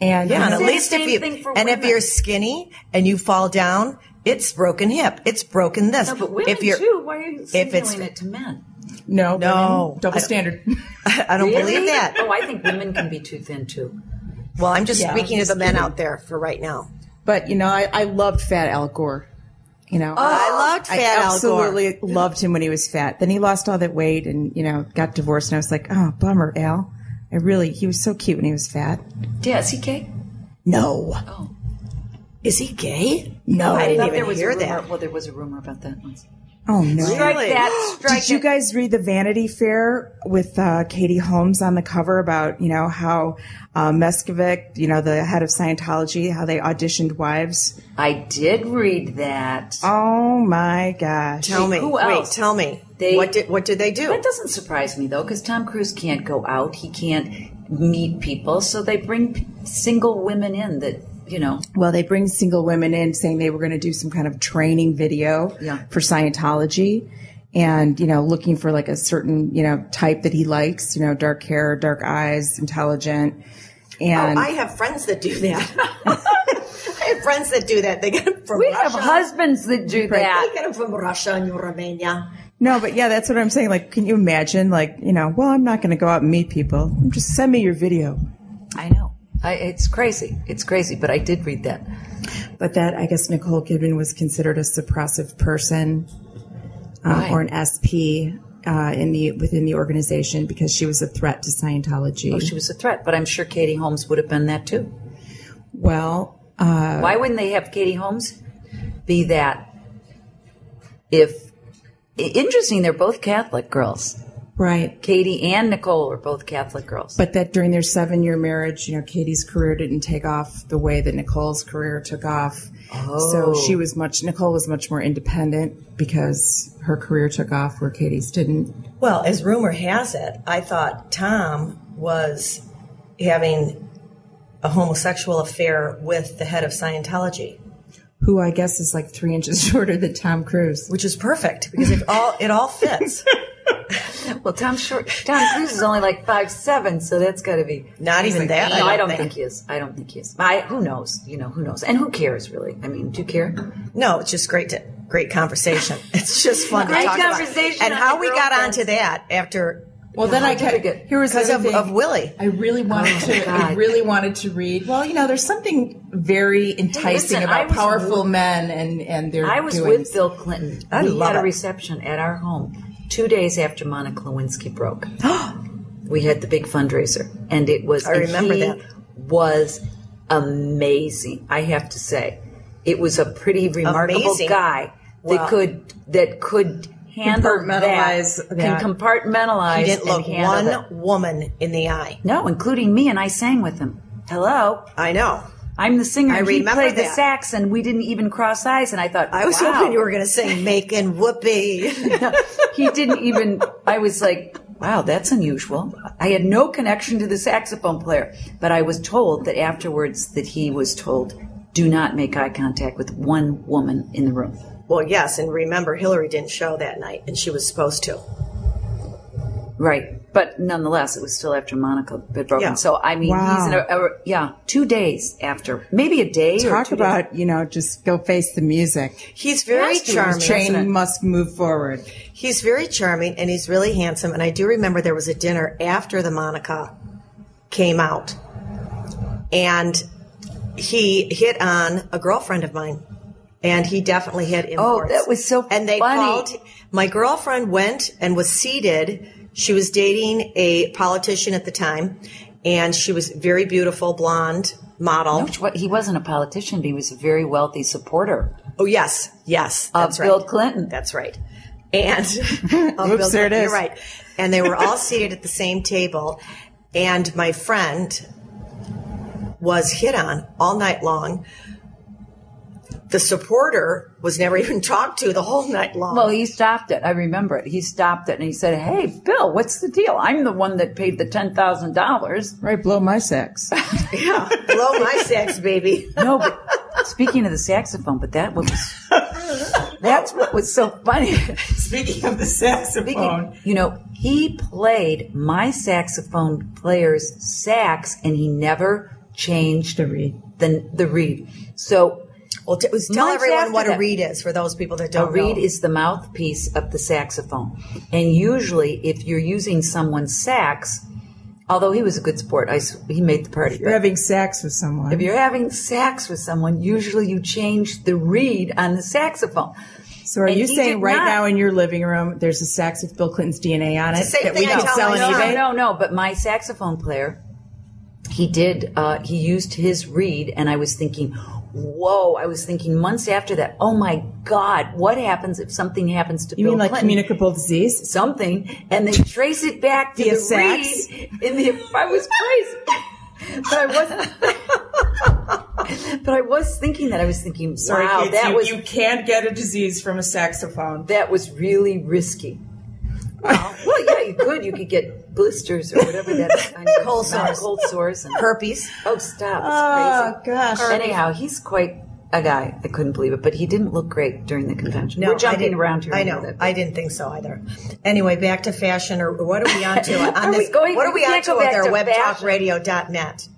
C: And
E: Yeah, and at
D: Same-
E: least if
D: same
E: you,
D: thing for
E: and if
D: women.
E: you're skinny and you fall down, it's broken hip, it's broken this.
D: No, but women
E: if you're,
D: too. Why are you
E: if it's-
D: signaling it to men?
C: no,
E: No.
C: women, double
E: I don't-
C: standard.
E: I don't believe that.
D: Oh, I think women can be too thin too.
E: Well, I'm just
C: Yeah, I'm
E: speaking to
C: just
E: the men out there for right now.
C: But you know, I, I loved Fat Al Gore. You know,
E: I loved
C: I
E: Oh, Fat Al Gore.
C: absolutely loved him when he was fat. Then he lost all that weight and you know got divorced, and I was like, oh, bummer, Al. I really, he was so cute when he was fat.
D: Yeah, is he gay?
C: No,
E: Is he gay?
C: no.
E: I
D: Thought
E: didn't
D: there
E: even
D: was a
E: hear
D: rumor.
E: that.
D: Well, there was a rumor about that once.
C: Oh no!
E: Really?
D: That strike
C: Did you guys read the Vanity Fair with uh, Katie Holmes on the cover about you know how uh, Meskovic, you know the head of Scientology, how they auditioned wives?
D: I did read that.
C: Oh my gosh!
E: Tell me.
D: Who
E: Wait,
D: else?
E: tell me.
D: They-
E: what did what did they do?
D: That doesn't surprise me though, because Tom Cruise can't go out. He can't meet people, so they bring p- single women in that you know.
C: Well, they bring single women in saying they were going to do some kind of training video
D: Yeah.
C: for Scientology and, you know, looking for like a certain, you know, type that he likes, you know, dark hair, dark eyes, intelligent. And
E: Oh, I have friends that do that. I have friends that do that. They get them from
D: We have
E: Russia.
D: husbands that do
E: they
D: that.
E: get them from Russia and Romania.
C: no, but yeah, that's what I'm saying. Like, can you imagine? Like, you know, well, I'm not going to go out and meet people. Just send me your video.
D: I know. I, it's crazy. It's crazy, but I did read that.
C: But that, I guess Nicole Kidman was considered a suppressive person uh,
D: Right.
C: or an SP. Uh, in the within the organization because she was a threat to Scientology.
D: She was a threat, but I'm sure Katie Holmes would have been that too.
C: well, uh,
D: Why wouldn't they have Katie Holmes be that? If i- interesting, they're both Catholic girls.
C: right.
D: Katie and Nicole are both Catholic girls.
C: but that during their seven year marriage, you know, Katie's career didn't take off the way that Nicole's career took off. So she was much, Nicole was much more independent because her career took off where Katie's didn't.
E: Well, as rumor has it, I thought Tom was having a homosexual affair with the head of Scientology,
C: Who I guess is like three inches shorter than Tom Cruise.
E: which is perfect because it all it all fits.
D: Well, Tom Short, Tom Cruise is only like five seven, so that's got to be
E: Not even that.
D: No, I don't, think. he is. I don't think he is. I, who knows? You know, who knows? And who cares, really? I mean, do you care?
E: No, it's just great to great conversation. It's just fun to
D: Great
E: talk
D: conversation
E: about. And
D: on
E: how
D: the
E: we got
D: girlfriends.
E: onto that after
C: Well, then I
D: I
C: kept,
D: did get-
C: here was
E: because
C: the other thing.
E: of, of Willie.
C: I really wanted to. I
D: Oh God.
C: really wanted to read. Well, you know, there's something very enticing
D: listen, I
C: about
D: was
C: powerful men and and their
D: I was
C: doings.
D: with Bill Clinton.
E: I
D: we
E: love
D: had a
E: it.
D: reception at our home two days after Monica Lewinsky broke. we had the big fundraiser, and it was.
E: I
D: and
E: remember
D: he
E: that.
D: Was amazing. I have to say, it was a pretty remarkable
E: Amazing.
D: guy
E: Well-
D: that could that could handle
C: Compartmentalize
D: that,
C: that.
D: can compartmentalize.
E: He didn't
D: and
E: look
D: handle
E: one
D: that.
E: woman in the eye.
D: No, including me, and I sang with him. Hello,
E: I know.
D: I'm the singer.
E: I
D: and he
E: remember
D: played the
E: that.
D: sax, and we didn't even cross eyes. And I thought,
E: I was
D: wow.
E: hoping you were going to say "Make and Whoopee."
D: he didn't even i was like wow, that's unusual. I had no connection to the saxophone player, but I was told that afterwards that he was told, do not make eye contact with one woman in the room.
E: Well, yes, and remember, Hillary didn't show that night, and she was supposed to.
D: Right. But nonetheless, it was still after Monica had broken.
E: Yeah.
D: So, I mean, he's in a, a, yeah, two days after. Maybe a day or
C: Talk
D: two days.
C: about, you know, just go face the music.
E: He's very charming. isn't
C: Train
E: it?
C: must move forward.
E: He's very charming and he's really handsome. And I do remember there was a dinner after the Monica came out, and he hit on a girlfriend of mine, and he definitely hit imports.
D: Oh, that was so
E: And they
D: funny.
E: called. My girlfriend went and was seated. She was dating a politician at the time, and she was very beautiful, blonde model.
D: Which what he wasn't a politician, but he was a very wealthy supporter
E: Oh yes, yes,
D: of
E: that's
D: Bill
E: right.
D: Clinton.
E: That's right. And I'll build
C: there
E: up.
C: it is.
E: You're right. And they were all seated at the same table, and my friend was hit on all night long. The supporter was never even talked to the whole night long.
D: Well, he stopped it. I remember it. He stopped it and he said, "Hey, Bill, what's the deal? I'm the one that paid the ten thousand dollars."
C: Right, blow my sex.
E: yeah, blow my sex, baby.
D: No, but speaking of the saxophone, but that was that's what was so funny.
C: Speaking of the saxophone.
D: You know, he played my saxophone player's sax, and he never changed the reed. The, the reed. So
E: Well, t- was- tell
D: Months
E: everyone
D: after
E: what a
D: that-
E: reed is for those people that
D: A
E: don't
D: reed
E: know.
D: is the mouthpiece of the saxophone. And usually, if you're using someone's sax, although he was a good sport, I s he made the party.
C: You're
D: But
C: having sex with someone.
D: if you're having sax with someone, usually you change the reed on the saxophone.
C: So are
D: And
C: you
D: he
C: saying
D: did
C: right
D: not.
C: now in your living room there's a sax with Bill Clinton's DNA on it
E: the same
C: that we
E: thing I
C: can
E: tell
C: sell on
E: myself.
C: eBay?
D: No, no, no. But my saxophone player, he did. Uh, he used his reed, and I was thinking, whoa. I was thinking months after that. Oh my God, what happens if something happens to
C: You
D: Bill
C: mean like
D: Clinton?
C: communicable disease?
D: something, and they trace it back to
C: Via
D: the
C: sax?
D: reed in the. I was crazy, but I wasn't. but I was thinking that I was thinking, wow, that was
C: can't get a disease from a saxophone.
D: that was really risky. Well, well, yeah, you could. You could get blisters or whatever that is. on your
E: Cold
D: mouth,
E: sores. Ah,
D: Cold sores. And,
E: herpes.
D: oh, stop.
C: Oh
D: It's crazy.
C: gosh.
D: Anyhow, he's quite a guy. I couldn't believe it. But he didn't look great during the convention.
E: No,
D: We're
E: I
D: jumping
E: didn't-
D: around here.
E: I know.
D: that.
E: I didn't think so either. Anyway, back to fashion, or what are we on to?
D: Are
E: on
D: we
E: this,
D: going-
E: what are
D: we
E: we on
D: can't
E: to
D: go
E: with
D: back
E: our
D: to fashion.
E: webtalkradio.net?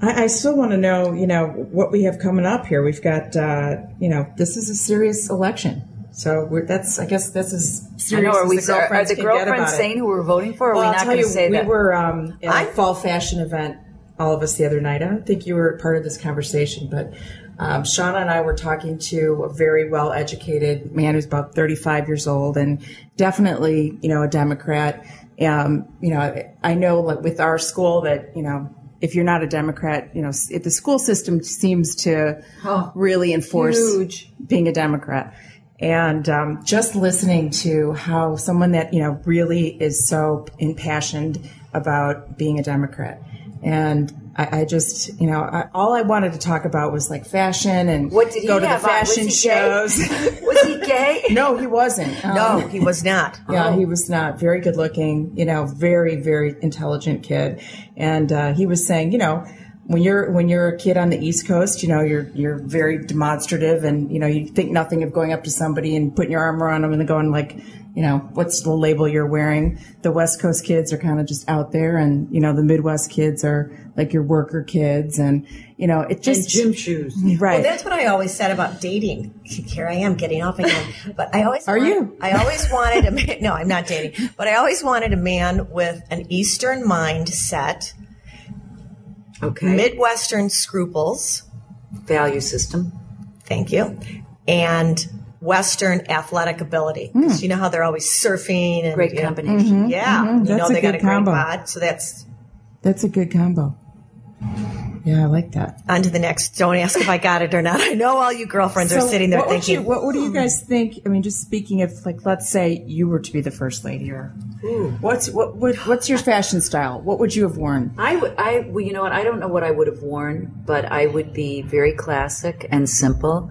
C: I, I still want to know, you know, what we have coming up here. We've got, uh, you know, this is a serious election. So we're, that's, I guess, this is
D: I
C: serious.
D: know. Are,
C: as
D: we,
C: the girlfriends
D: are the
C: can get
D: girlfriends
C: about it.
D: saying who we're voting for? Or
C: Well,
D: are we
C: I'll
D: not
C: tell
D: going
C: you,
D: to say
C: we
D: that?
C: were um, at
E: I-
C: a fall fashion event, all of us the other night. I don't think you were part of this conversation, but um, Shauna and I were talking to a very well educated man who's about 35 years old and definitely, you know, a Democrat. Um, you know, I know like with our school that, you know, if you're not a Democrat, you know, s- if the school system seems to
D: Oh,
C: really enforce being a Democrat. And um, just listening to how someone that, you know, really is so impassioned about being a Democrat. And I, I just, you know, I, all I wanted to talk about was like fashion and
D: What did he
C: go to the
D: have on? Was
C: fashion
D: he
C: shows.
D: gay? Was he gay?
C: no, he wasn't. Um,
E: No, he was not.
C: yeah, he was not very good looking, you know, very, very intelligent kid. And uh, he was saying, you know, when you're when you're a kid on the East Coast, you know, you're you're very demonstrative and you know, you think nothing of going up to somebody and putting your arm around them and going like, you know, what's the label you're wearing? The West Coast kids are kind of just out there and you know, the Midwest kids are like your worker kids and you know, it just
D: Gym shoes.
C: right.
E: Well, that's what I always said about dating. Here I am getting off again, but I always
C: Are
E: want-
C: you?
E: I always wanted a man. No, I'm not dating, but I always wanted a man with an Eastern mindset,
D: Okay.
E: Midwestern scruples.
D: Value system.
E: Thank you, and Western athletic ability. 'Cause You know how they're always surfing and
D: Great
E: you know,
C: Mm-hmm.
D: combination.
E: Yeah, you know
C: That's a
E: they got
C: good
E: a great
C: combo.
E: bod, so that's
C: That's a good combo. Yeah, I like that.
E: on to the next. Don't ask if I got it or not. I know all you girlfriends are sitting there
C: what
E: thinking. "Hmm."
C: Would you, what, what do you guys think? I mean, just speaking of like, let's say you were to be the first lady, or what's what, what what's your fashion style? What would you have worn?
D: I would, I, well, you know what? I don't know what I would have worn, but I would be very classic and simple.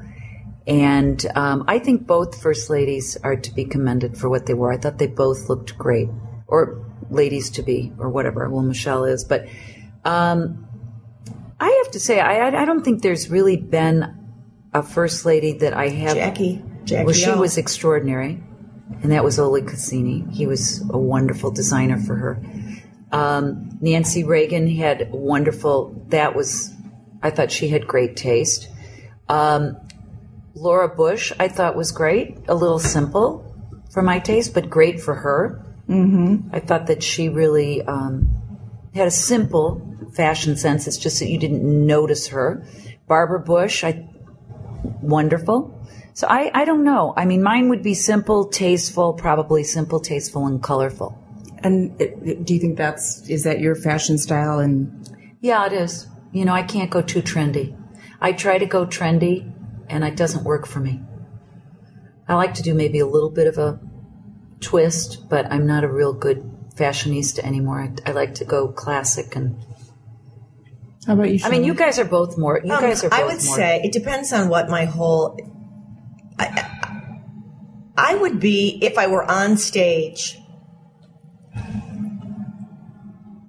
D: And um, I think both first ladies are to be commended for what they wore. I thought they both looked great. or ladies to be or whatever. Well, Michelle is, but um, I have to say, I, I I don't think there's really been a first lady that I have.
E: Jackie. Jackie
D: Well, she
E: O.
D: was extraordinary, and that was Ole Cassini. He was a wonderful designer for her. Um, Nancy Reagan had wonderful. That was, I thought she had great taste. Um, Laura Bush, I thought was great. A little simple for my taste, but great for her. Mm-hmm. I thought that she really um, had a simple fashion sense. It's just that you didn't notice her. Barbara Bush, I wonderful. So I, I don't know. I mean, mine would be simple, tasteful, probably simple, tasteful, and colorful.
C: And it- it- do you think that's is that your fashion style? And
D: Yeah, it is. You know, I can't go too trendy. I try to go trendy, and it doesn't work for me. I like to do maybe a little bit of a twist, but I'm not a real good fashionista anymore. I, I like to go classic, and
C: how about you?
D: I mean, you guys are both more. You
E: Um,
D: guys are. Both
E: I would
D: more-
E: say it depends on what my whole. I, I would be if I were on stage.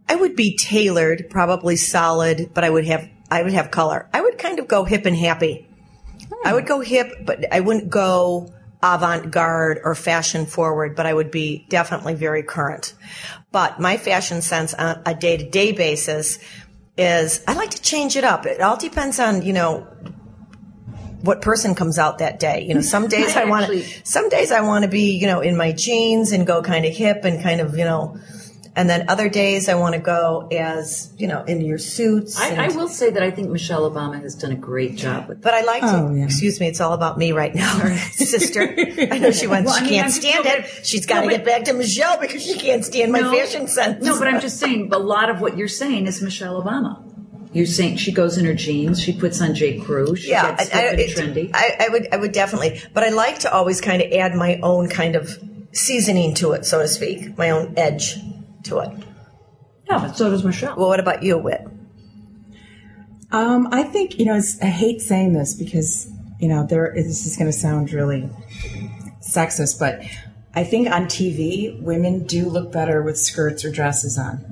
E: I would be tailored, probably solid, but I would have I would have color. I would kind of go hip and happy. I would go hip, but I wouldn't go avant-garde or fashion forward, but I would be definitely very current. But my fashion sense on a day-to-day basis is I like to change it up. It all depends on, you know, what person comes out that day. You know, some days I, want to
D: actually-
E: some days I want to be, you know, in my jeans and go kind of hip and kind of, you know, and then other days I want to go as, you know, in your suits. and-
D: I, I will say that I think Michelle Obama has done a great job with.
E: but I like to.
D: Oh,
E: Excuse me, it's all about me right now, sister. I know she wants.
D: Well, I
E: she
D: mean,
E: can't
D: I'm just
E: stand
D: so
E: it.
D: bad-
E: She's got to
D: No,
E: get
D: but-
E: back to Michelle because she can't stand my fashion sense.
D: No, but I'm just saying a lot of what you're saying is Michelle Obama. You're saying she goes in her jeans, she puts on J. Crew, she
E: yeah,
D: gets
E: I, I,
D: hip and
E: it-
D: trendy.
E: I, I would, I would definitely. But I like to always kind of add my own kind of seasoning to it, so to speak, my own edge to it.
D: yeah, but so does Michelle.
E: Well, what about you, Whit?
C: Um, I think you know. It's, I hate saying this because you know there. This is going to sound really sexist, but I think on TV women do look better with skirts or dresses on.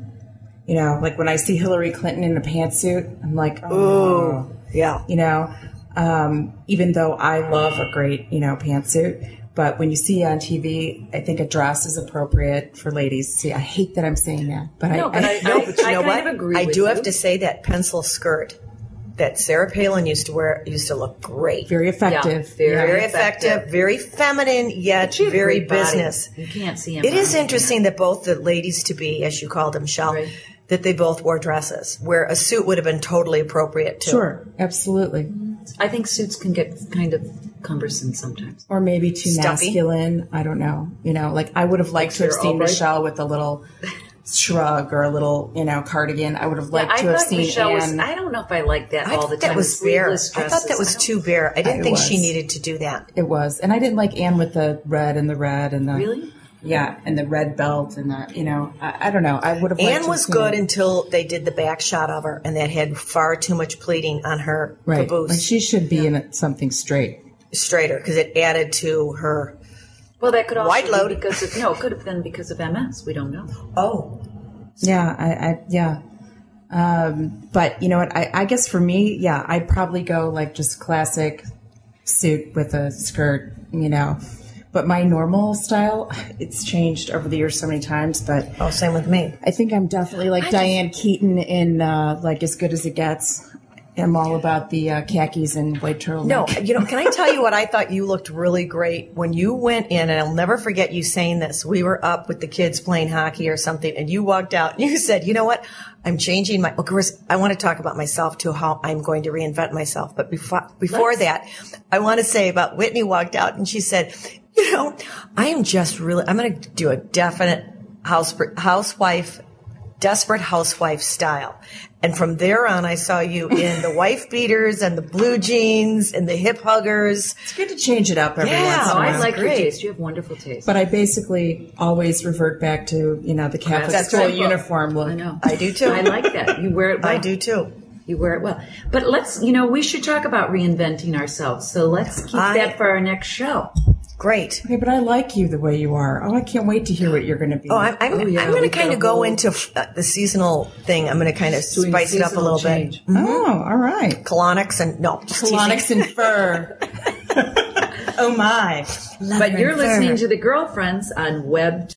C: You know, like when I see Hillary Clinton in a pantsuit, I'm like, oh,
E: Yeah,
C: you know. Um, even though I love a great you know pantsuit, but when you see on TV, I think a dress is appropriate for ladies. See, I hate that I'm saying that, but I,
D: but I-
E: No, but you
D: I
E: know
D: kind
E: what?
D: of agree
E: I
D: with
E: do have
D: you.
E: to say that pencil skirt that Sarah Palin used to wear used to look great.
C: very effective.
D: Yeah, very
E: very effective, very feminine, yet
D: She had a
E: very
D: great body.
E: business.
D: You can't see him.
E: It is interesting that both the ladies to be, as you called them, Shell,
D: Right.
E: that they both wore dresses, where a suit would have been totally appropriate too.
C: Sure, absolutely.
D: I think suits can get kind of cumbersome sometimes.
C: or maybe too
E: Stuffy.
C: masculine. I don't know. You know, like I would have liked to have
D: Sarah
C: seen
D: Albright?
C: Michelle with a little shrug or a little, you know, cardigan. I would have liked
D: I
C: to have
D: thought
C: seen
D: Michelle was.
C: Anne.
D: I don't know if I like that
E: I
D: all the
E: thought
D: time.
E: that was
D: bare.
E: bare. I thought that was too bare. I didn't
C: It
E: think she
C: was.
E: needed to do that.
C: it was, and I didn't like Anne with the red and the red and the
D: Really?
C: yeah, and the red belt and the you know, I, I don't know. I would have. liked to
E: Anne
C: have
E: was
C: seen
E: good
C: it.
E: until they did the back shot of her, and that had far too much pleating on her
C: right.
E: caboose
C: Like she should be in it, something straight.
E: straighter because it added to her.
D: Well, that could also
E: Wide
D: be
E: load.
D: because of, no, it could have been because of MS. We don't know.
E: Oh,
C: Yeah, I, I yeah. Um, but you know what? I, I guess for me, yeah, I'd probably go like just classic suit with a skirt, you know. But my normal style, it's changed over the years so many times. But
E: oh, same with me.
C: I think I'm definitely like Diane Keaton in uh, like As Good as It Gets. I'm all about the uh, khakis and white turtleneck.
E: No, you know, can I tell you what I thought you looked really great when you went in, and I'll never forget you saying this. We were up with the kids playing hockey or something, and you walked out and you said, you know what? I'm changing my, of course, I want to talk about myself too, how I'm going to reinvent myself. But before, before that, I want to say about Whitney walked out and she said, you know, I am just really, I'm going to do a definite house, housewife desperate housewife style. And from there on, I saw you in the wife beaters and the blue jeans and the hip huggers.
C: it's good to change it up every
E: Yeah.
C: once in
D: Oh,
C: a while.
D: I like your
E: great.
D: taste. You have wonderful taste.
C: but I basically always revert back to you know the Catholic
D: That's
C: school
D: right.
C: uniform look.
D: I know.
E: I do too.
D: I like that. You wear it. Well.
E: I do too.
D: You wear it well. But let's, you know, we should talk about reinventing ourselves. So let's keep
E: I-
D: that for our next show.
E: Great.
C: Okay, but I like you the way you are. Oh, I can't wait to hear what you're going to be.
E: Oh, I'm, I'm, I'm going to kind of go into f- uh, the seasonal thing. I'm going to kind of spice it up a little bit.
C: Oh, all right.
E: Colonics and no, just mm-hmm. teasing.
C: Colonics and fur. oh my.
D: But you're listening to the girlfriends on Web